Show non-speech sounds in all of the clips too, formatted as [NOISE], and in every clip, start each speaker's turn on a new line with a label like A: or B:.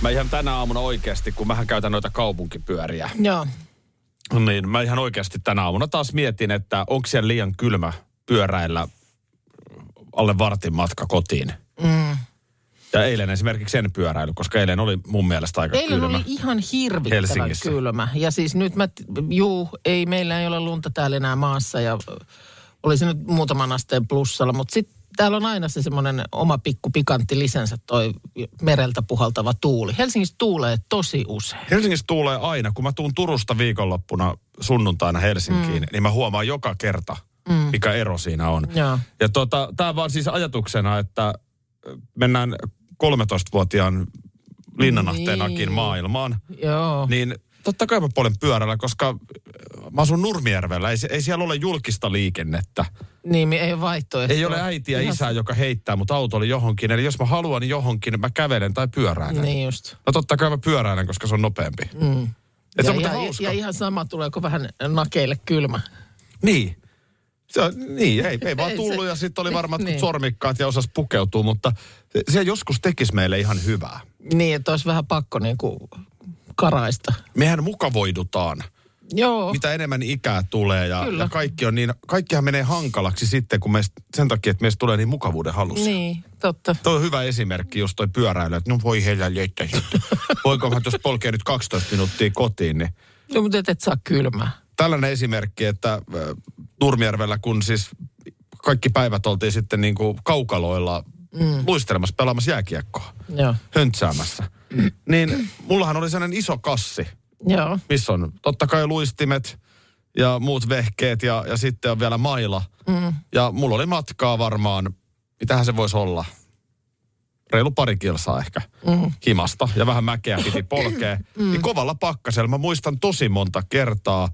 A: Mä ihan tänä aamuna oikeasti, kun mähän käytän noita kaupunkipyöriä,
B: Joo.
A: niin mä ihan oikeasti tänä aamuna taas mietin, että onko siellä liian kylmä pyöräillä alle vartin matka kotiin. Mm. Ja eilen esimerkiksi en pyöräily, koska eilen oli mun mielestä aika
B: Eilen
A: kylmä.
B: oli ihan hirvittävän
A: Helsingissä.
B: kylmä. Ja siis nyt mä, t- juu, ei, meillä ei ole lunta täällä enää maassa ja ö, oli se nyt muutaman asteen plussalla, mutta sitten täällä on aina se semmoinen oma pikku pikantti lisänsä toi mereltä puhaltava tuuli. Helsingissä tuulee tosi usein.
A: Helsingissä tuulee aina, kun mä tuun Turusta viikonloppuna sunnuntaina Helsinkiin, mm. niin mä huomaan joka kerta, mm. mikä ero siinä on.
B: Joo.
A: Ja tota, tämä vaan siis ajatuksena, että mennään 13-vuotiaan linnanahteenakin
B: Niin.
A: maailmaan,
B: Joo.
A: niin totta kai mä polen pyörällä, koska mä asun Nurmijärvellä, ei, se- ei siellä ole julkista liikennettä.
B: Niin, mi- ei ole vaihtoehtoa.
A: Ei ole äitiä ja
B: Ihan-
A: isää, joka heittää mut autolle johonkin. Eli jos mä haluan niin johonkin, mä kävelen tai pyöräilen.
B: Niin just.
A: No totta kai mä pyöräilen, koska se on nopeampi. Mm. Et se
B: ja,
A: on ihan,
B: ihan,
A: hauska.
B: ja ihan sama, tuleeko vähän nakeille kylmä.
A: Niin. Se, on- niin, ei, ei vaan
B: [LAUGHS] Ei
A: tullut
B: se-
A: ja sitten oli varmaan
B: Niin.
A: niin. sormikkaat ja osas pukeutua, mutta se, se joskus tekisi meille ihan hyvää.
B: Niin, että olisi vähän pakko niin kuin karaista.
A: Mehän mukavoidutaan,
B: Joo.
A: mitä enemmän ikää tulee ja,
B: Oh. Kyllä.
A: ja kaikki on niin, kaikkihan menee hankalaksi sitten, kun meistä, sen takia, että meistä tulee niin mukavuuden halussa.
B: Niin, totta.
A: Toi on hyvä esimerkki, just toi pyöräily, että no voi heillä liettä sitten.
B: [LAUGHS]
A: Voinko mä tuossa polkea nyt 12 minuuttia kotiin, niin
B: No, mutta et, et saa kylmää.
A: tällainen esimerkki, että äh, Nurmijärvellä kun siis kaikki päivät oltiin sitten niin kuin kaukaloilla mm. luistelemassa, pelaamassa jääkiekkoa,
B: Joo.
A: höntsäämässä. Mm. Niin mullahan oli sellainen iso kassi,
B: Joo.
A: missä on totta kai luistimet ja muut vehkeet ja, ja sitten on vielä maila. Mm. Ja mulla oli matkaa varmaan, mitähän se voisi olla, reilu pari kilsaa ehkä mm. himasta ja vähän mäkeä
B: [COUGHS]
A: piti polkea. Mm. Niin kovalla pakkasella mä muistan tosi monta kertaa,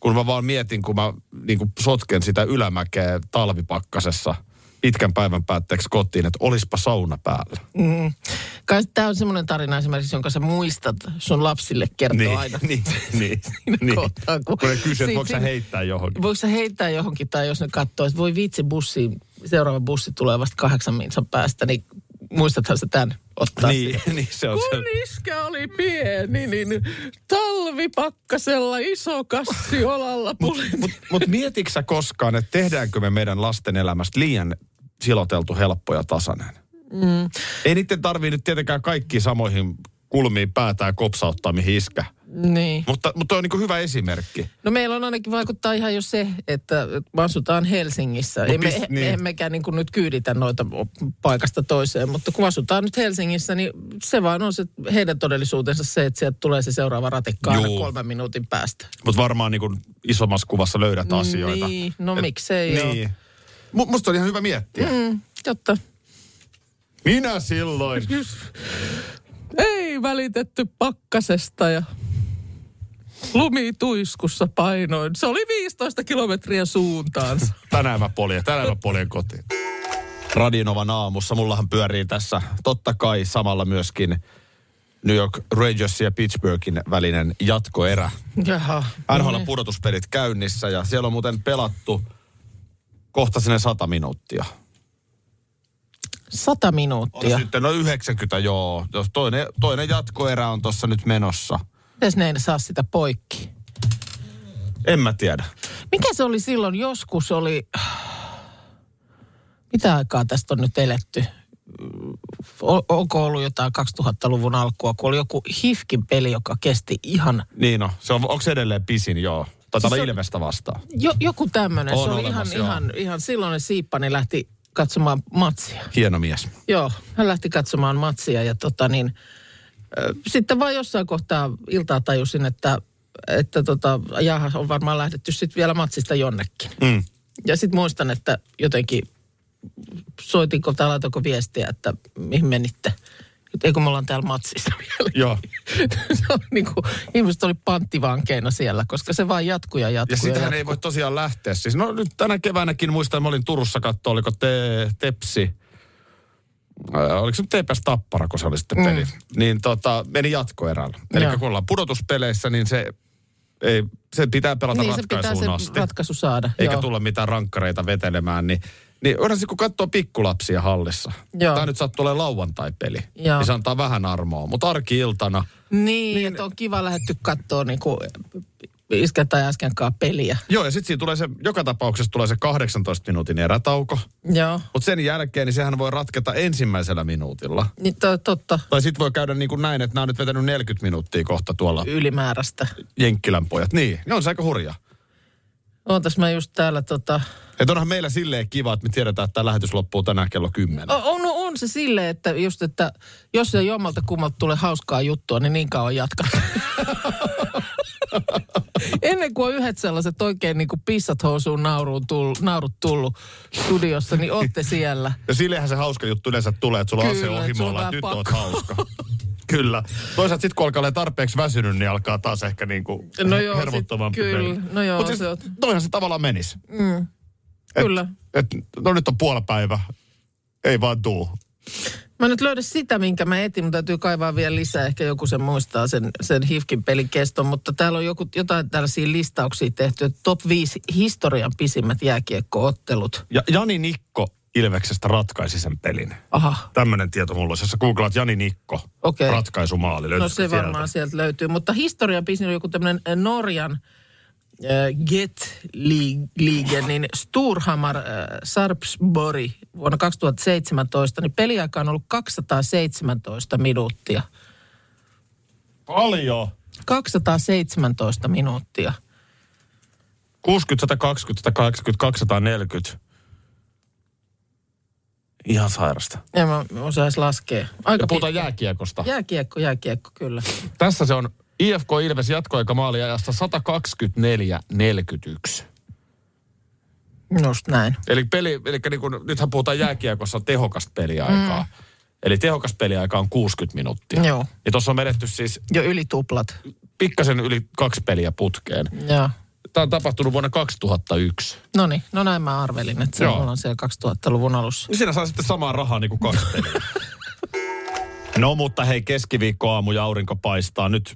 A: kun mä vaan mietin, kun mä niin kuin sotken sitä ylämäkeä talvipakkasessa pitkän päivän päätteeksi kotiin, että olispa sauna päällä.
B: Kai tämä on semmoinen tarina esimerkiksi, jonka sä muistat sun lapsille kertoa No aina.
A: niin,
B: [LAUGHS]
A: niin.
B: Niin. Kohtaa, kun-
A: kun ne kysyy, että
B: Siin-
A: voiko sä
B: siinä-
A: heittää johonkin.
B: Voiko sä heittää johonkin, tai jos ne katsoo, että voi vitsi bussi, seuraava bussi tulee vasta kahdeksan minsan päästä, niin muistathan sä tämän ottaa
A: Niin,
B: siihen.
A: niin se on
B: Kun
A: se.
B: iskä oli pieni, niin talvipakkasella iso kassi olalla pulit.
A: Mutta mut mietitkö sä koskaan, että tehdäänkö me meidän lasten elämästä liian siloteltu, helppo ja tasainen? Mm. Ei niiden tarvii nyt tietenkään kaikki samoihin kulmiin päätään kopsauttaa, mihin iskä.
B: niin.
A: Mutta, mutta toi on niinku hyvä esimerkki.
B: No meillä on ainakin vaikuttaa ihan jo se, että me asutaan Helsingissä.
A: No
B: Ei me,
A: pist-
B: niin.
A: niin.
B: Emmekään niin kuin nyt kyyditä noita paikasta toiseen, mutta kun asutaan nyt Helsingissä, niin se vaan on se, heidän todellisuutensa se, että sieltä tulee se seuraava ratikka aina
A: Juu.
B: kolmen minuutin päästä.
A: Mutta varmaan niinku isommassa kuvassa löydät asioita.
B: Niin, no miksei
A: Niin. Mu- musta on ihan hyvä miettiä. Mm.
B: Mm, totta.
A: Minä
B: [LAUGHS]
A: silloin.
B: Ei välitetty pakkasesta ja lumituiskussa painoin. Se oli 15 kilometriä suuntaansa.
A: Tänään mä poljen, tänään mä poljen kotiin. Radinovan aamussa, mullahan pyörii tässä totta kai samalla myöskin New York Rangers ja Pittsburghin välinen jatkoerä.
B: Jaha.
A: NHL
B: Mm.
A: pudotuspelit käynnissä ja siellä on muuten pelattu kohta sinne 100 minuuttia.
B: Sata
A: On
B: minuuttia.
A: sitten noin 90, joo. Jos toinen, toinen jatkoerä on tuossa nyt menossa.
B: Mites ne ei saa sitä poikki?
A: En mä tiedä.
B: Mikä se oli silloin? Joskus oli... Mitä aikaa tästä on nyt eletty? O- onko ollut jotain 2000-luvun alkua, kun oli joku Hifkin peli, joka kesti ihan...
A: Niin no, se on, onko se edelleen pisin, joo. Taitaa
B: Siis
A: olla
B: on-
A: Ilvestä vastaan.
B: Jo, joku tämmöinen.
A: On
B: Se oli ihan,
A: olemassa, joo.
B: ihan, ihan silloin Siippani lähti katsomaan matsia.
A: Hieno mies.
B: Joo, hän lähti katsomaan matsia ja tota niin, ö, sitten vaan jossain kohtaa iltaa tajusin, että, että tota, jaha, on varmaan lähdetty sitten vielä matsista jonnekin.
A: Mm.
B: Ja sitten muistan, että jotenkin soitinko tai laitoinko viestiä, että mihin menitte. että eikö me ollaan täällä matsissa [LAUGHS] vielä.
A: Joo.
B: se oli niin kuin, ihmiset oli panttivankeina siellä, koska se vaan jatkuu ja jatkuu.
A: Ja sitähän
B: jatkuu.
A: ei voi tosiaan lähteä. Siis no nyt tänä keväänäkin muistan, mä olin Turussa katsoa, oliko te, Tepsi. Ää, oliko se nyt TPS Tappara, kun se oli sitten peli. Mm. Niin tota, meni jatkoerällä. Eli
B: Joo.
A: kun ollaan pudotuspeleissä, niin se, ei, se pitää pelata
B: niin, se pitää
A: ratkaisuun
B: se
A: asti.
B: ratkaisu saada.
A: eikä
B: joo.
A: tulla mitään rankkareita vetelemään, niin, niin onhan se, kun katsoo pikkulapsia hallissa.
B: Joo.
A: Tämä nyt sattuu olemaan lauantai-peli,
B: Joo.
A: niin se antaa vähän armoa. Mutta arki-iltana,
B: Niin, niin, että on kiva lähetty katsoa niin kuin iskä tai äskenkaan peliä.
A: joo ja sitten siinä tulee se, joka tapauksessa tulee se 18 minuutin erätauko.
B: Joo,
A: Mutta sen jälkeen, niin sehän voi ratketa ensimmäisellä minuutilla.
B: niin to, totta
A: Tai sitten voi käydä niin kuin näin, että nämä on nyt vetänyt 40 minuuttia kohta tuolla
B: ylimääräistä.
A: Jenkkilän pojat. Niin, ne on se aika hurja.
B: Ootas mä just täällä tota...
A: Että onhan meillä silleen kiva, että me tiedetään, että tämä lähetys loppuu tänään kello 10.
B: O- On, no on se silleen, että just, että jos ei jommalta kummalta tule hauskaa juttua, niin niin kauan jatka. [LAUGHS] Ennen kuin on yhdet sellaiset oikein niin kuin pissat housuun nauruun tullu, naurut tullut studiossa, niin ootte siellä.
A: Ja sillehän se hauska juttu yleensä tulee, että sulla on
B: Kyllä,
A: se
B: että sulla on
A: ohimolla, että
B: vähän
A: nyt
B: pakko.
A: oot hauska. [LAUGHS] Kyllä. Toisaalta sitten kun alkaa olla tarpeeksi väsynyt, niin alkaa taas ehkä niinku
B: No joo,
A: hermottomampi
B: sit kyllä.
A: peli.
B: No joo,
A: Mut siis,
B: se on-
A: toihan se tavallaan menisi.
B: Kyllä.
A: Et, no nyt on puolipäivä. Ei vaan tuu.
B: Mä en nyt löydä sitä, minkä mä etin, mutta täytyy kaivaa vielä lisää. Ehkä joku sen muistaa, sen, sen HIFKin pelin keston. Mutta täällä on joku, jotain tällaisia listauksia tehty. että Top 5 historian pisimmät jääkiekkoottelut.
A: Ja Jani Nikko Ilveksestä ratkaisi sen pelin.
B: Aha,
A: Tämmöinen tieto mulla olisi. Jos sä googlaat Jani Nikko,
B: Okei.
A: ratkaisumaali.
B: no
A: löytyisikö
B: se
A: sieltä?
B: varmaan sieltä löytyy. Mutta historian pisin on joku tämmöinen äh, Norjan äh, Get Li- Liige, niin Sturhamar äh, Sarpsborg vuonna 2017, niin peliaika on ollut 217 minuuttia.
A: Paljon.
B: 217 minuuttia.
A: 60, 120, 180, 240. Ihan sairasta.
B: En mä osaisi laskea. Aika
A: Ja puhutaan
B: pitkä.
A: jääkiekosta.
B: Jääkiekko, jääkiekko, kyllä.
A: Tässä se on IFK Ilves jatkoaika maaliajasta 124-41.
B: Just näin.
A: Eli, peli, eli niin kun, nythän puhutaan jääkiekossa tehokasta peliaikaa. Mm. Eli tehokas peliaika on 60 minuuttia.
B: Joo.
A: Ja tuossa on menetty siis
B: Jo yli tuplat.
A: pikkasen yli kaksi peliä putkeen.
B: Joo.
A: Tämä on tapahtunut vuonna 2001.
B: No niin, no näin mä arvelin, että se
A: Joo.
B: on siellä 2000-luvun alussa.
A: Niin Siinä saa sitten samaa rahaa niin kuin kaksi peliä. [LAUGHS] No mutta hei, keskiviikkoaamu ja aurinko paistaa nyt.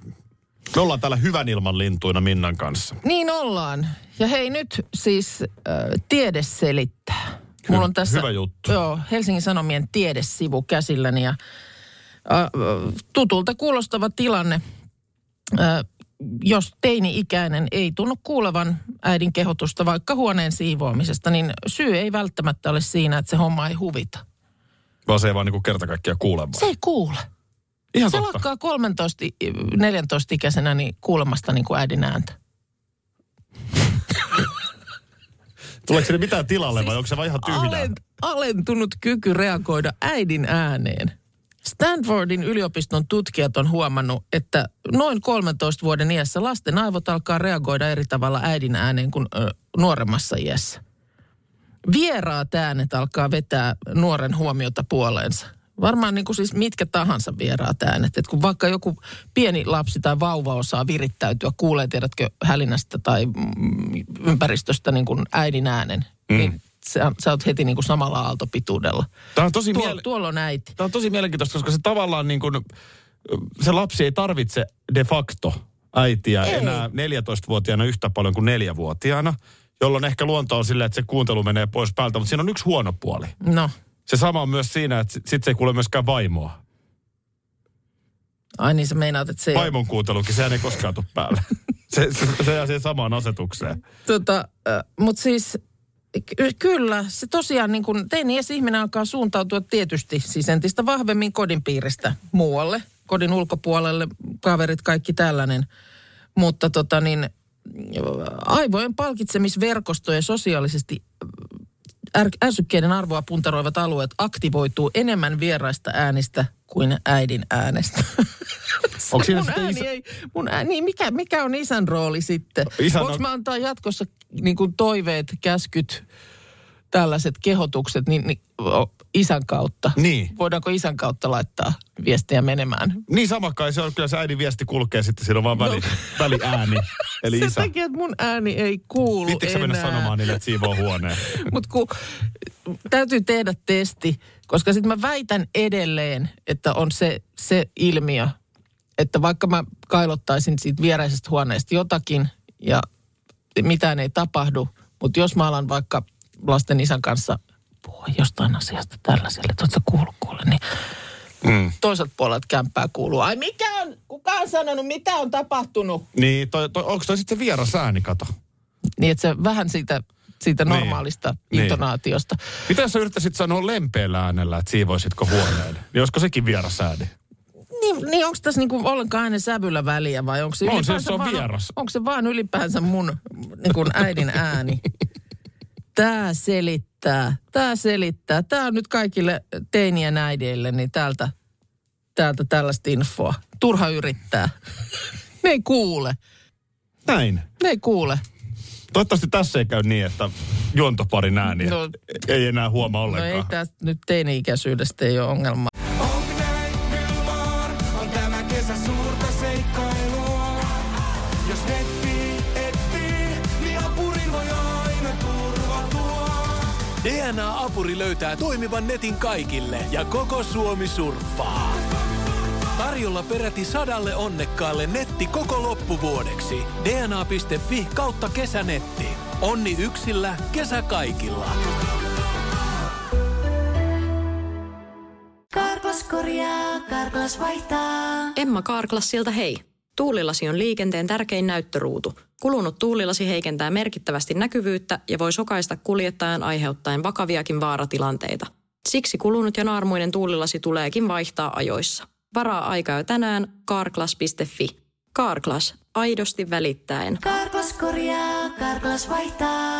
A: Me ollaan täällä hyvän ilman lintuina Minnan kanssa.
B: Niin ollaan. Ja hei nyt siis äh, tiede selittää. Mulla on tässä
A: hyvä juttu.
B: Joo, Helsingin Sanomien tiedesivu käsilläni ja äh, äh, tutulta kuulostava tilanne. Äh, jos teini-ikäinen ei tunnu kuulevan äidin kehotusta vaikka huoneen siivoamisesta, niin syy ei välttämättä ole siinä, että se homma ei huvita.
A: Vaan se ei vaan niin kuin kerta kaikkiaan kuule vaan.
B: Se ei kuule.
A: Ihan
B: Se
A: totta.
B: lakkaa 13-14-ikäisenä niin kuulemasta niin kuin äidin ääntä.
A: Tuleeko sinne mitään
B: Siis
A: tilalle vai onko se vaan ihan tyhjää?
B: Alent, alentunut kyky reagoida äidin ääneen. Stanfordin yliopiston tutkijat on huomannut, että noin 13 vuoden iässä lasten aivot alkaa reagoida eri tavalla äidin ääneen kuin ö, nuoremmassa iässä. Vieraat äänet alkaa vetää nuoren huomiota puoleensa. Varmaan niin kuin siis mitkä tahansa vieraat äänet. Et kun vaikka joku pieni lapsi tai vauva osaa virittäytyä, kuulee tiedätkö hälinästä tai mm, ympäristöstä niin kuin äidin äänen, mm. niin sä, sä oot heti niin kuin samalla aaltopituudella.
A: Tämä on tosi
B: Tuolla,
A: miele-
B: tuolla on äiti.
A: Tämä on tosi mielenkiintoista, koska se tavallaan niin kuin, se lapsi ei tarvitse de facto äitiä ei. enää 14-vuotiaana yhtä paljon kuin 4-vuotiaana, jolloin ehkä luonto on silleen, että se kuuntelu menee pois päältä, mutta siinä on yksi huono puoli.
B: No,
A: Se sama on myös siinä, että sitten se ei kuule myöskään vaimoa.
B: ai niin sä meinaat, että se...
A: Vaimon kuuntelukin, sehän ei koskaan tule päälle. [LAUGHS] Se, se, se jää siihen samaan asetukseen.
B: Tota, mutta siis ky- kyllä, se tosiaan niin kun teini ihminen alkaa suuntautua tietysti siis entistä vahvemmin kodin piiristä muualle, kodin ulkopuolelle, kaverit, kaikki tällainen. Mutta tota niin, aivojen palkitsemisverkosto ja sosiaalisesti är- ärsykkeiden arvoa puntaroivat alueet aktivoituu enemmän vieraista äänistä kuin äidin äänestä. [LAUGHS]
A: Onko siinä
B: mun
A: sitten
B: ääni
A: isä-
B: ei, mun ääni, niin mikä, mikä on isän rooli sitten?
A: No, Isän
B: Voinko
A: on-
B: mä antaa jatkossa niin kuin toiveet, käskyt, tällaiset kehotukset niin, niin, o, isän kautta?
A: Niin.
B: Voidaanko isän kautta laittaa viestejä menemään?
A: Niin sama kai se on, kyllä se äidin viesti kulkee sitten, siinä on vaan väli, väliääni. Eli
B: [LAUGHS] Sen
A: isä.
B: No. takia, että mun ääni ei kuulu
A: Vittikö sä
B: enää.
A: mennä sanomaan niille, että siivoo huoneen?
B: [LAUGHS] Mutta kun täytyy tehdä testi, koska sitten mä väitän edelleen, että on se, se ilmiö, että vaikka mä kailottaisin siitä viereisestä huoneesta jotakin ja mitään ei tapahdu, mutta jos mä alan vaikka lasten isän kanssa puhua jostain asiasta tällaiselle, että oot sä kuullut kuule, niin mm. toiselta puolelta kämppää kuuluu. Ai mikä on, kuka on sanonut, mitä on tapahtunut?
A: Niin, toi, toi, onko toi sitten se vieras ääni, kato?
B: Niin että se vähän siitä, siitä
A: Niin.
B: normaalista
A: Niin.
B: intonaatiosta.
A: Mitä jos sä yrittäisit sanoa lempeällä äänellä, että siivoisitko huoneen? Niin olisiko sekin vieras ääni?
B: Niin, niin onko tässä niinku ollenkaan aina sävyllä väliä vai onko se
A: On se,
B: ylipäänsä
A: jos se on
B: vaan,
A: vieras.
B: Onko se vaan ylipäänsä mun niinku äidin
A: [LAUGHS]
B: ääni? Tää selittää, tää selittää. Tää on nyt kaikille teinien äideille, niin täältä, täältä tällaista infoa. Turha yrittää.
A: [LAUGHS]
B: Ne ei kuule,
A: Näin.
B: ne ei kuule.
A: Toivottavasti tässä ei käy niin, että juontoparin ääni no,
B: No-
A: ei enää huomaa
B: No
A: ollenkaan.
B: ei tästä nyt teini-ikäisyydestä ei ole ongelma.
C: on tämä kesä suurta seikkailua. Jos netti etsii, niin apurin voi aina turvatua. DNA-apuri löytää toimivan netin kaikille ja koko Suomi surffaa. Tarjolla peräti sadalle onnekkaalle netti koko loppuvuodeksi. dna.fi kautta kesänetti. Onni yksillä, kesä kaikilla.
D: Karklas korjaa, Karklas vaihtaa.
E: Emma Kaarklassilta hei. Tuulilasi on liikenteen tärkein näyttöruutu. Kulunut tuulilasi heikentää merkittävästi näkyvyyttä ja voi sokaista kuljettajan aiheuttaen vakaviakin vaaratilanteita. Siksi kulunut ja naarmuinen tuulilasi tuleekin vaihtaa ajoissa. Varaa aika jo tänään karklas.fi. Karklas, aidosti välittäen.
D: Karklas korjaa, Karklas vaihtaa.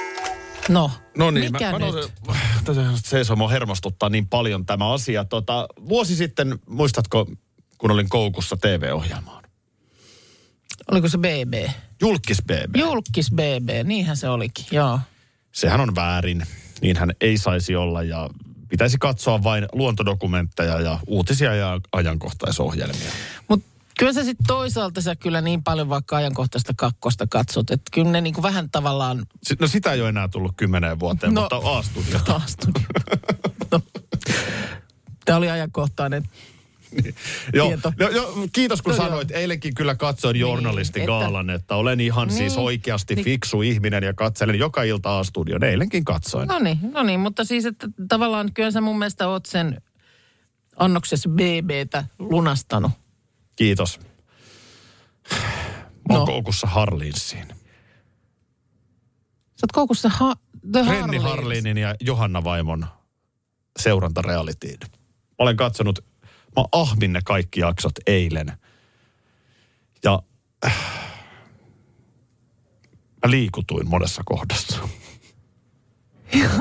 B: No,
A: No niin,
B: mikä
A: mä,
B: nyt?
A: Mä nousen, seiso, mua hermostuttaa niin paljon tämä asia. Tota, vuosi sitten, muistatko, kun olin koukussa TV-ohjelmaan?
B: Oliko se BB?
A: Julkis BB.
B: Julkis BB, niinhän se olikin, joo.
A: Sehän on väärin. Niinhän ei saisi olla ja pitäisi katsoa vain luontodokumentteja ja uutisia ja ajankohtaisohjelmia.
B: Mutta kyllä sä sitten toisaalta sä kyllä niin paljon vaikka ajankohtaista kakkosta katsot, että kyllä ne niinku vähän tavallaan
A: Si- No sitä ei ole enää tullut kymmeneen vuoteen, no.
B: No.
A: mutta A-studiota.
B: taas tuli. no. Tämä oli ajankohtainen.
A: Joo,
B: Tieto.
A: jo, jo, kiitos kun
B: No Niin,
A: no sanoit. Joo. Eilenkin kyllä katsoin journalistin
B: että-
A: gaalan, että... olen ihan niin, siis
B: Niin,
A: oikeasti niin.
B: niin.
A: fiksu ihminen ja katselen joka ilta A-studion. Eilenkin katsoin.
B: No niin, no niin, mutta siis että tavallaan kyllä sä mun mielestä oot sen annoksessa BBtä lunastanut.
A: Kiitos. Mä oon
B: No.
A: koukussa Harlinsiin.
B: Sä oot koukussa ha- The
A: Renni
B: Harleys.
A: Harlinin ja Johanna Vaimon seurantarealitiin. Olen katsonut, mä ahmin ne kaikki jaksot eilen. Ja äh, mä liikutuin monessa kohdassa.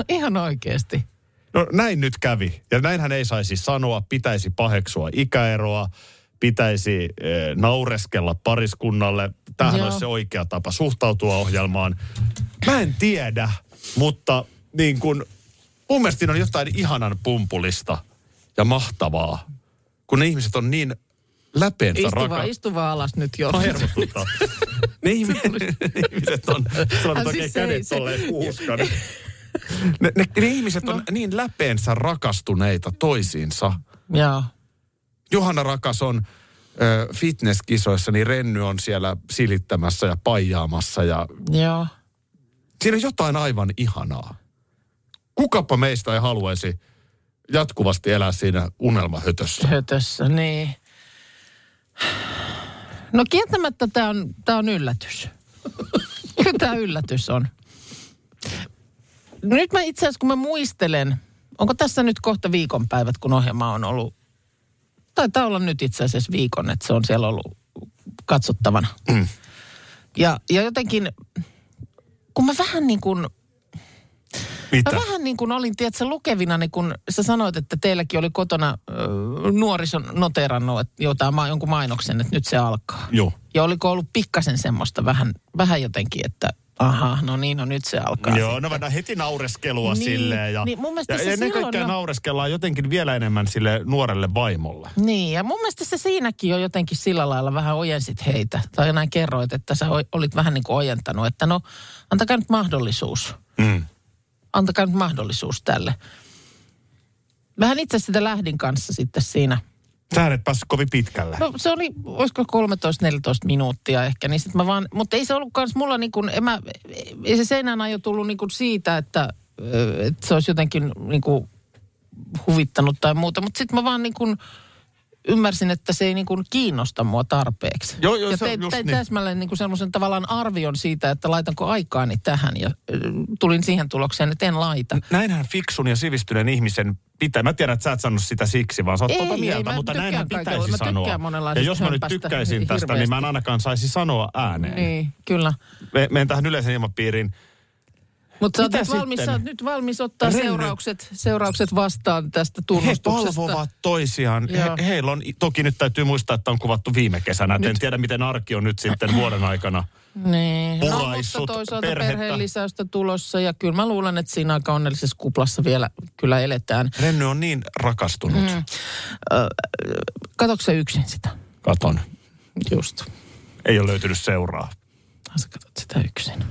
B: Ihan oikeesti.
A: No näin nyt kävi. Ja näinhän ei saisi sanoa, pitäisi paheksua ikäeroa, pitäisi eh, naureskella pariskunnalle. Tämähän
B: Joo.
A: olisi se oikea tapa suhtautua ohjelmaan. Mä en tiedä, mutta niin kun, mun mielestä siinä on jotain ihanan pumpulista ja mahtavaa, kun ne ihmiset on niin läpeensä
B: Istu vaan,
A: rakkaat.
B: istu vaan alas nyt jo.
A: Mä hermostuttaa. Ne ihmiset, ne ihmiset on, sulla on
B: Ah,
A: oikein
B: siis se ei-
A: kädet
B: se-
A: tolleen kuuskana. Ne, ne, ne ihmiset
B: No.
A: on niin läpeensä rakastuneita toisiinsa.
B: Joo.
A: Johanna Rakas on ö, fitnesskisoissa, niin Renny on siellä silittämässä ja paijaamassa. Ja
B: Joo.
A: siinä on jotain aivan ihanaa. Kukapa meistä ei haluaisi jatkuvasti elää siinä unelmahötössä.
B: hötössä, niin. No kieltämättä tämä on, tää on [LAUGHS] yllätys. Kyllä tämä yllätys on. Nyt mä itse asiassa, kun mä muistelen, onko tässä nyt kohta viikonpäivät, kun ohjelma on ollut taitaa olla nyt itse asiassa viikon, että se on siellä ollut katsottavana. Mm. Ja, ja jotenkin, kun mä vähän niin kuin,
A: Mitä?
B: mä vähän niin kuin olin, tiedätkö, lukevina, niin kun sä sanoit, että teilläkin oli kotona ö, nuorison noterannut että jotain, ma- jonkun mainoksen, että nyt se alkaa.
A: Joo.
B: Ja oliko ollut pikkasen semmoista vähän, vähän jotenkin, että aha, no niin, no nyt se alkaa.
A: Joo, no vähän heti naureskelua
B: Niin,
A: silleen. Ja,
B: niin mun mielestä
A: ja
B: se
A: ennen
B: silloin
A: kaikkea
B: jo-
A: naureskellaan jotenkin vielä enemmän sille nuorelle vaimolle.
B: Niin, ja mun mielestä se siinäkin jo jotenkin sillä lailla vähän ojensit heitä. Tai näin kerroit, että sä oi- olit vähän niin kuin ojentanut, että no, antakaa nyt mahdollisuus.
A: Mm.
B: Antakaa nyt mahdollisuus tälle. Vähän itse sitä lähdin kanssa sitten siinä.
A: Sä et päässyt kovin pitkälle.
B: No se oli, olisiko 13-14 minuuttia ehkä, niin sit mä vaan, mutta ei se ollut kans mulla niin kuin, en mä, ei se seinään ajo tullut niin kuin siitä, että, ö, että se olisi jotenkin niin kuin huvittanut tai muuta, mutta sitten mä vaan niin kuin ymmärsin, että se ei niin kuin kiinnosta mua tarpeeksi.
A: Joo, joo,
B: ja
A: se on just
B: tein
A: niin.
B: täsmälleen niin kuin semmoisen tavallaan arvion siitä, että laitanko aikaani tähän ja ö, tulin siihen tulokseen, että en laita.
A: Näinhän fiksun ja sivistyneen ihmisen pitää. Mä tiedän, että sä et sanonut sitä siksi, vaan sä oot
B: Ei,
A: tuota
B: ei,
A: mieltä,
B: mä
A: mutta
B: tykkään
A: näinhän
B: kaikella-
A: pitäisi
B: mä tykkään
A: sanoa. Ja
B: monenlaisesta
A: jos mä nyt
B: hömpästä
A: tykkäisin
B: hi-
A: tästä, niin mä en
B: hirveästi.
A: ainakaan saisi sanoa ääneen.
B: Niin, kyllä.
A: Me, menen tähän yleisen ilmapiiriin.
B: Mutta sä oot
A: Mitä
B: nyt valmis,
A: sitten?
B: sä oot nyt valmis ottaa
A: Renny.
B: seuraukset, seuraukset vastaan tästä
A: He
B: tunnustuksesta.
A: palvovat toisiaan.
B: Joo.
A: He, heillä on, toki nyt täytyy muistaa, että on kuvattu viime kesänä. Et En tiedä, miten arki on nyt sitten vuoden aikana.
B: Niin. No, mutta
A: Puraissut
B: toisaalta
A: perhettä.
B: perheen lisäystä tulossa ja kyllä mä luulen, että siinä aika onnellisessa kuplassa vielä kyllä eletään.
A: Renny on niin rakastunut. Mm.
B: Katoksa sä yksin sitä?
A: Katon.
B: Just.
A: Ei ole löytynyt seuraa.
B: Ai Sä katot sitä yksin. No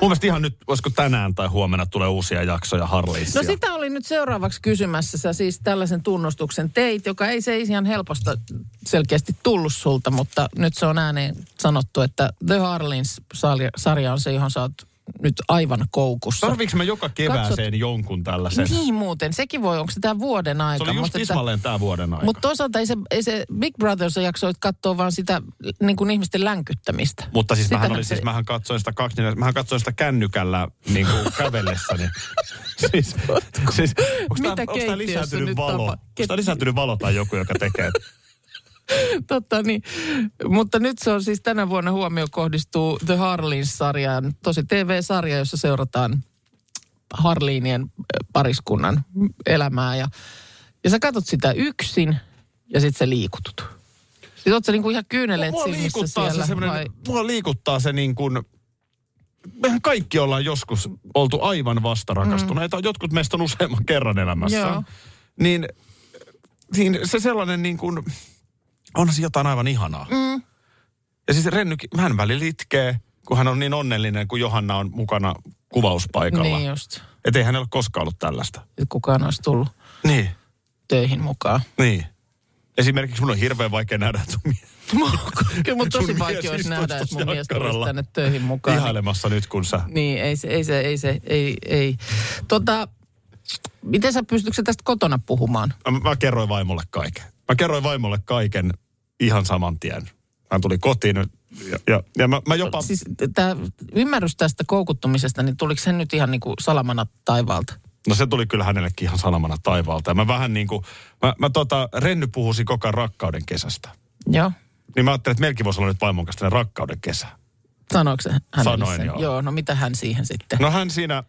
A: Mun mielestä ihan nyt, olisiko tänään tai huomenna tulee uusia jaksoja Harleissa.
B: No sitä oli nyt seuraavaksi kysymässä. Sä siis tällaisen tunnustuksen teit, joka ei se ihan helposta selkeästi tullut sulta, mutta nyt se on ääneen sanottu, että The Harlins-sarja on se, johon sä oot nyt aivan koukussa.
A: Tarviiks me joka kevääseen jonkun tällaisen?
B: Niin muuten, sekin voi, onko se tämä vuoden
A: Se
B: aika.
A: oli just tismalleen tämä vuoden aika.
B: mutta toisaalta ei se, ei se Big Brother, sä jaksoit katsoa vaan sitä niin kuin ihmisten länkyttämistä. [LAUGHS]
A: Mutta siis mähän,
B: Sitähän
A: oli,
B: se-
A: siis mähän katsoin sitä kaksi, niin mähän katsoin sitä kännykällä niin kuin
B: [LAUGHS]
A: kävellessäni. siis, siis onko
B: Mitä
A: tämä
B: keittiössä
A: lisääntynyt
B: nyt
A: valo?
B: tapa-
A: Onko tämä lisääntynyt valo tai joku, joka tekee?
B: Totta niin. Mutta nyt se on siis tänä vuonna huomio kohdistuu The Harlins-sarjaan. Tosi TV-sarja, jossa seurataan Harlinien äh, pariskunnan elämää. Ja, ja sä katot sitä yksin ja sit sä liikutut. Siis oot sä niinku ihan kyyneleet
A: Mua
B: silmissä
A: liikuttaa se
B: siellä vai?
A: semmoinen, mua liikuttaa se niin kuin, mehän kaikki ollaan joskus oltu aivan vastarakastuneita. Mm. Jotkut meistä on useamman kerran elämässä.
B: Joo.
A: Niin, niin se sellainen niin kuin, on se jotain aivan ihanaa. Mm. Ja siis Rennykin, hän välillä itkee, kun hän on niin onnellinen, kun Johanna on mukana kuvauspaikalla.
B: Niin
A: Niin
B: just.
A: että ei hänellä ole koskaan ollut tällaista.
B: Että kukaan olisi tullut
A: Niin.
B: töihin mukaan.
A: Niin. Esimerkiksi mun on hirveän vaikea nähdä, että sun mie-
B: Kyllä mun
A: Sun
B: tosi
A: mies
B: vaikea olisi
A: istuu
B: nähdä, että
A: tuossa
B: mun mies tulisi
A: jakkaralla.
B: tänne töihin mukaan.
A: ihailemassa nyt, kun sä...
B: Niin, ei se, ei se, ei se, ei, ei. Tota, miten sä pystytkö sä tästä kotona puhumaan?
A: mä, mä kerroin vaimolle kaiken. Mä kerroin vaimolle kaiken ihan saman tien. Hän tuli kotiin ja, ja, ja mä, mä jopa...
B: Siis tämä ymmärrys tästä koukuttumisesta, niin tuliko se nyt ihan niin kuin salamana taivaalta?
A: No se tuli kyllä hänellekin ihan salamana taivaalta. Ja mä vähän niin kuin... Mä, mä tota, Renny puhusi koko ajan rakkauden kesästä.
B: Joo.
A: Niin mä ajattelin, että meilläkin voisi olla nyt vaimon kanssa tällainen rakkauden kesä.
B: Sanoiko se hänelle
A: Sanoin,
B: sen?
A: joo.
B: joo. no mitä hän siihen sitten? No.
A: No hän siinä...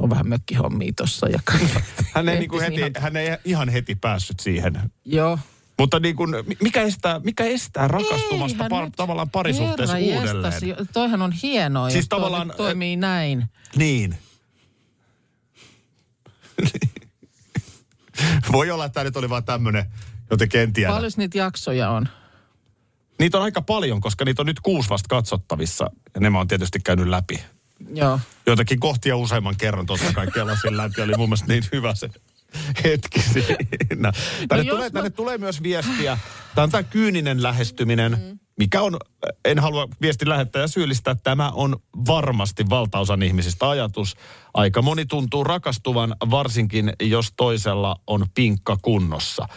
B: On vähän mökkihommia tossa ja
A: Hän ei, niin kuin
B: Ehtisi
A: heti,
B: ihan-
A: hän ei ihan heti päässyt siihen.
B: Joo.
A: Mutta niin kuin, mi- mikä estää, mikä estää rakastumasta
B: Eihän
A: par,
B: nyt.
A: tavallaan parisuhteessa
B: Herra
A: uudelleen?
B: jestas, jo- toihan on hienoa,
A: Siis
B: siis jos
A: tavallaan-
B: tavallaan, toi, nyt toimii näin.
A: Niin. Voi olla, että tämä nyt oli vaan tämmöinen, jotenkin en tiedä.
B: Paljon niitä jaksoja on?
A: Niitä on aika paljon, koska niitä on nyt kuusi vasta katsottavissa. Ja ne mä oon tietysti käynyt läpi.
B: Joo.
A: Joitakin kohtia useamman kerran totta kai kelasin läpi. Oli mun mielestä niin hyvä se hetki siinä. Tänne,
B: No jos
A: tulee,
B: mä-
A: tänne tulee myös viestiä. Tämä on tämä kyyninen lähestyminen,
B: Mm.
A: mikä on, äh, en halua viestin lähettäjä syyllistää, tämä on varmasti valtaosan ihmisistä ajatus. Aika moni tuntuu rakastuvan, varsinkin jos toisella on pinkka kunnossa.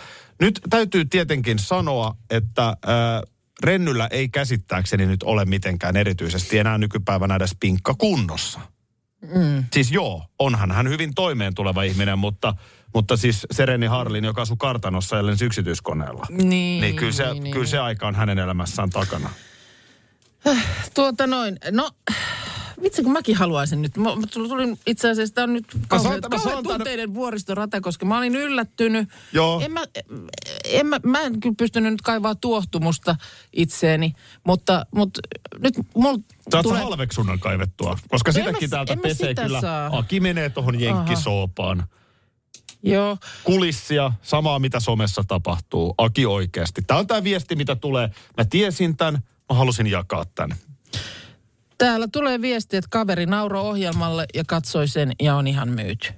A: Nyt täytyy tietenkin sanoa, että äh, Rennyllä ei käsittääkseni nyt ole mitenkään erityisesti enää nykypäivänä edes pinkka kunnossa. Mm. Siis joo, onhan hän hyvin toimeen tuleva ihminen, mutta, mutta siis Sereni Harlin, joka asuu kartanossa ellei yksityiskoneella.
B: Niin,
A: Niin, kyllä, se, niin, kyllä se aika on hänen elämässään takana.
B: Tuota noin, no vitsi kun mäkin haluaisin nyt. Mä, mä tulin itse asiassa, tämä on nyt kauhean,
A: mä
B: kauhean
A: saan tän-
B: tunteiden vuoristorata, koska mä olin yllättynyt.
A: Joo.
B: En mä, en mä, mä en kyllä pystynyt nyt kaivaa tuohtumusta itseeni, mutta, mutta nyt mulla
A: Saat sä
B: tulee...
A: halveksunnan kaivettua, koska
B: No En
A: sitäkin
B: mä-
A: täältä
B: en mä
A: pesee
B: sitä
A: kyllä.
B: saa.
A: Aki menee tuohon jenkkisoopaan.
B: Joo,
A: Kulissia, samaa mitä somessa tapahtuu. Aki oikeasti. Tämä on tämä viesti, mitä tulee. Mä tiesin tämän, mä halusin jakaa tämän.
B: täällä tulee viesti, että kaveri nauro ohjelmalle ja katsoi sen ja on ihan myyty.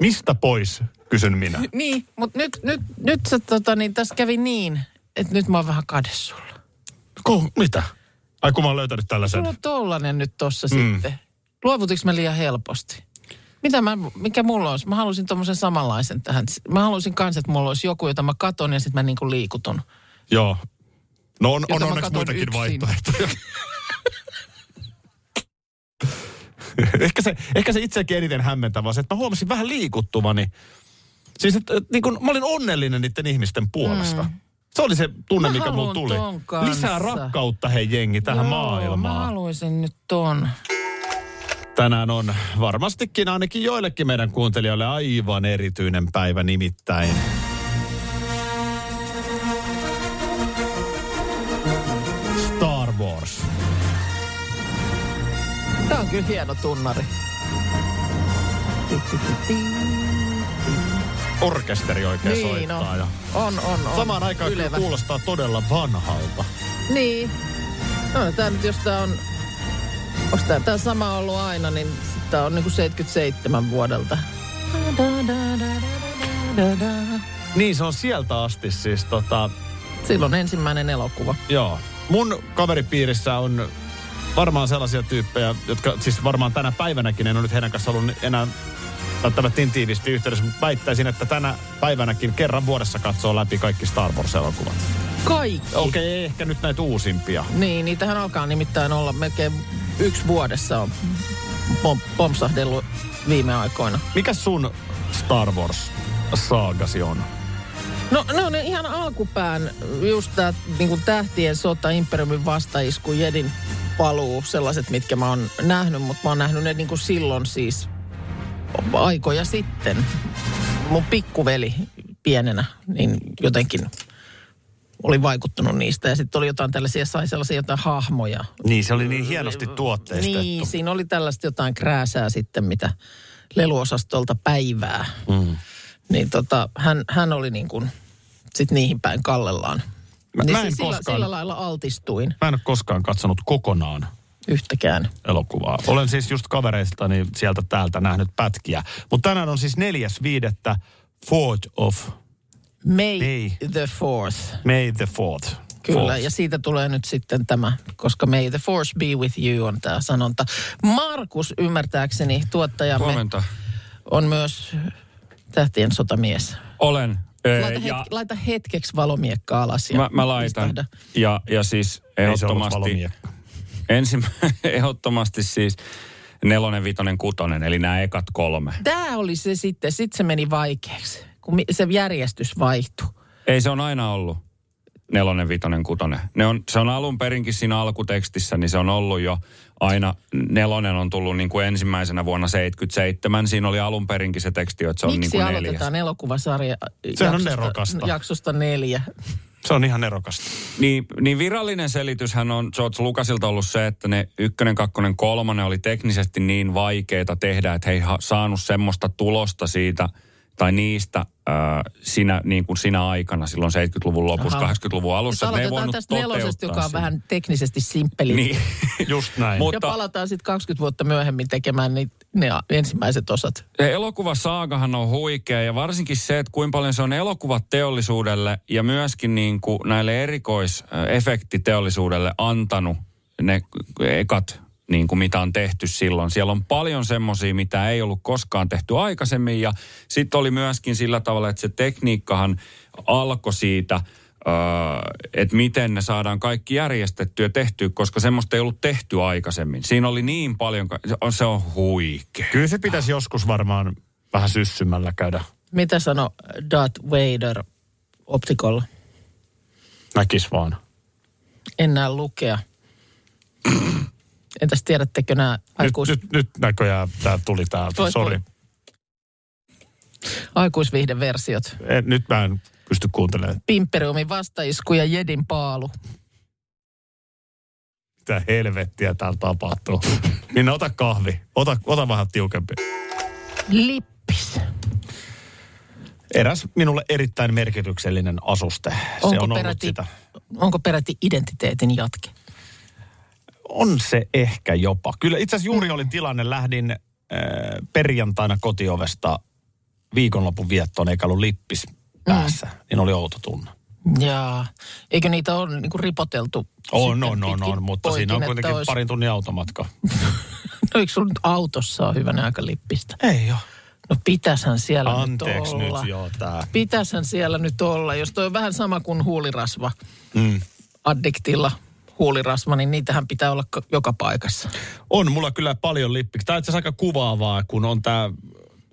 A: Mistä pois, kysyn minä.
B: Niin, mutta nyt, nyt, nyt se, tota, niin, tässä kävi niin, että nyt mä oon vähän kade sulla.
A: Ko, mitä? Ai kun mä oon löytänyt tällaisen.
B: Sulla on tollanen nyt tossa mm. sitten. Luovutiko mä liian helposti? Mitä mä, mikä mulla olisi? Mä halusin tommosen samanlaisen tähän. Mä halusin kans, että mulla olisi joku, jota mä katon ja sitten mä niinku liikutun.
A: Joo. No on, on
B: Jota mä
A: onneksi
B: katon
A: muitakin
B: yksin.
A: vaihtoehtoja. [LAUGHS] ehkä, se, ehkä se itseäkin eniten hämmentävä on se, että mä huomasin vähän liikuttuvani. Siis että et, niin kun, mä olin onnellinen niiden ihmisten puolesta. Mm. Se oli se tunne,
B: Mä
A: mikä mulla
B: haluan
A: tuli.
B: ton kanssa.
A: Lisää rakkautta hei jengi tähän
B: Joo, Mä
A: maailmaan.
B: haluaisin nyt ton.
A: Tänään on varmastikin ainakin joillekin meidän kuuntelijoille aivan erityinen päivä nimittäin. Star Wars.
B: Tää on kyllä hieno tunnari.
A: Orkesteri oikein niin,
B: Niin, no.
A: soittaa. Ja
B: On, on, on.
A: samaan aikaan kyllä
B: Ylevä.
A: kuulostaa todella vanhalta.
B: Niin. No, tää nyt, jos tää on... Onks tää, tää sama ollut aina, niin sit tää on niinku 77 vuodelta. Da, da, da, da, da, da, da.
A: Niin se on sieltä asti siis tota,
B: Silloin ensimmäinen elokuva.
A: Joo. Mun kaveripiirissä on varmaan sellaisia tyyppejä, jotka siis varmaan tänä päivänäkin en ole nyt heidän kanssa ollut enää välttämättä niin tiivisti yhteydessä, mutta väittäisin, että tänä päivänäkin kerran vuodessa katsoo läpi kaikki Star Wars-elokuvat.
B: Kaikki.
A: Okei, okay, ei ehkä nyt näitä uusimpia.
B: Niin, niitähän alkaa nimittäin olla melkein yksi vuodessa on pom- pompsahdellut viime aikoina.
A: Mikä sun Star Wars-saagasi on?
B: No, no ne ihan alkupään, just tää niinku tähtien sota, imperiumin vastaisku, Jedin paluu, sellaiset, mitkä mä oon nähnyt, mutta mä oon nähnyt ne niinku silloin siis aikoja sitten. Mun pikkuveli pienenä, niin jotenkin oli vaikuttunut niistä. Ja sitten oli jotain tällaisia, sai sellaisia jotain hahmoja,
A: Niin, se oli niin hienosti tuotteistettu.
B: Niin, siinä oli tällaista jotain krääsää sitten, mitä leluosastolta päivää. Mm. Niin tota, hän, hän oli niin kuin sit niihin päin kallellaan.
A: Mä-
B: niin
A: mä en
B: siis sillä,
A: koskaan-
B: sillä lailla altistuin
A: Mä en ole koskaan katsonut kokonaan
B: yhtäkään.
A: elokuvaa. Olen siis just kavereistani sieltä täältä nähnyt pätkiä. Mutta tänään on siis neljäs viidettä Fourth of
B: May
A: Ei.
B: the fourth.
A: May the Fourth.
B: Kyllä,
A: Fourth.
B: ja siitä tulee nyt sitten tämä, koska May the force be with you on tämä sanonta. Markus, ymmärtääkseni, tuottajamme
F: Huomenta.
B: on myös tähtien sotamies.
F: Olen. Ö,
B: Laita,
F: ja
B: hetke, laita hetkeksi valomiekka alas. Ja
F: mä, mä laitan.
B: istahda.
F: Ja, ja siis
A: Ei se ollut
F: ehdottomasti,
A: valomiekka.
F: ensimmä, [LAUGHS] ehdottomasti siis nelonen, vitonen, kutonen, eli nämä ekat kolme.
B: Tämä oli se sitten, sitten se meni vaikeaksi, kun mi- se järjestys vaihtui.
F: Ei se on aina ollut nelonen, vitonen, kutonen. Ne on, se on alun perinkin siinä alkutekstissä, niin se on ollut jo aina, nelonen on tullut niin kuin ensimmäisenä vuonna 77. Siinä oli alun perinkin se teksti, että se on
B: Miksi
F: niin kuin neljäs.
B: aloitetaan elokuvasarja äh,
A: Sehän on nerokasta.
B: jaksosta neljä?
A: Se on ihan nerokasta.
F: Niin, niin virallinen selityshän on George Lucasilta ollut se, että ne ykkönen, kakkonen, kolmonen oli teknisesti niin vaikeita tehdä, että he ei ha- saanut semmoista tulosta siitä tai niistä äh, sinä, niin kuin sinä aikana silloin 70-luvun lopussa,
B: Aha.
F: 80-luvun alussa.
B: Nyt
F: että ne ei
B: aloitetaan
F: voinut
B: tästä nelosesta, joka
F: toteuttaa
B: on
F: sitä.
B: vähän teknisesti simppeli.
F: Niin,
A: [LAUGHS]
B: [LAUGHS]
A: Just näin. Mut,
F: Mut-
B: Ja
F: mutta-
B: palataan sitten 20 vuotta myöhemmin tekemään niitä, ne a- ensimmäiset osat.
F: Se elokuvasaagahan on huikea ja varsinkin se, että kuinka paljon se on elokuvateollisuudelle ja myöskin niin kuin näille erikoisefektiteollisuudelle antanut ne ekat, niin kuin mitä on tehty silloin. Siellä on paljon semmoisia, mitä ei ollut koskaan tehty aikaisemmin ja sitten oli myöskin sillä tavalla, että se tekniikkahan alkoi siitä öö, että miten ne saadaan kaikki järjestettyä ja tehtyä, koska semmoista ei ollut tehty aikaisemmin. Siinä oli niin paljon, ka- se on, se on huikea.
A: Kyllä se pitäisi joskus varmaan vähän syssymällä käydä.
B: Mitä sano Darth Vader optikolla?
A: Näkis vaan.
B: En näe
F: [CLEARS THROAT]
B: lukea. Entäs tiedättekö nämä
A: Nyt,
B: aikuis,
A: nyt, nyt näköjään tämä tuli täältä,
B: Voi-
A: sori.
B: aikuisviihdeversiot?
A: En- E, Nyt mä en pysty kuuntelemaan.
B: Pimperiumin vastaisku ja Jedin paalu.
A: Mitä helvettiä täällä
B: [LAUGHS]
A: tapahtuu. Minä ota kahvi. Ota, ota vähän tiukempi.
B: Lippis.
A: Eräs minulle erittäin merkityksellinen asuste. se
B: Onko
A: on ollut
B: peräti-
A: sitä.
B: Onko peräti identiteetin jatke?
A: On se ehkä jopa. Kyllä itse asiassa juuri oli tilanne. Lähdin äh, perjantaina kotiovesta viikonlopun viettoon, eikä ollut lippis päässä. Mm. Niin oli outo tunne.
B: Jaa. Eikö niitä ole niinku ripoteltu?
A: On,
B: sitten
A: on, on,
B: pitkin
A: on, mutta
B: poikin,
A: siinä on
B: että
A: kuitenkin
B: olisi-
A: parin tunnin automatka.
B: No eikö sulla nyt autossa ole hyvänä aika lippistä?
A: Ei ole.
B: No pitäshän siellä
A: Anteeksi
B: nyt
A: nyt,
B: olla.
A: joo, tää.
B: Pitäshän siellä nyt olla, jos toi on vähän sama kuin huulirasva. Mm. Addiktilla huulirasva, niin niitähän pitää olla ka- joka paikassa.
A: On mulla kyllä paljon lippiksi. Tämä on itse asiassa aika kuvaavaa, kun on tämä,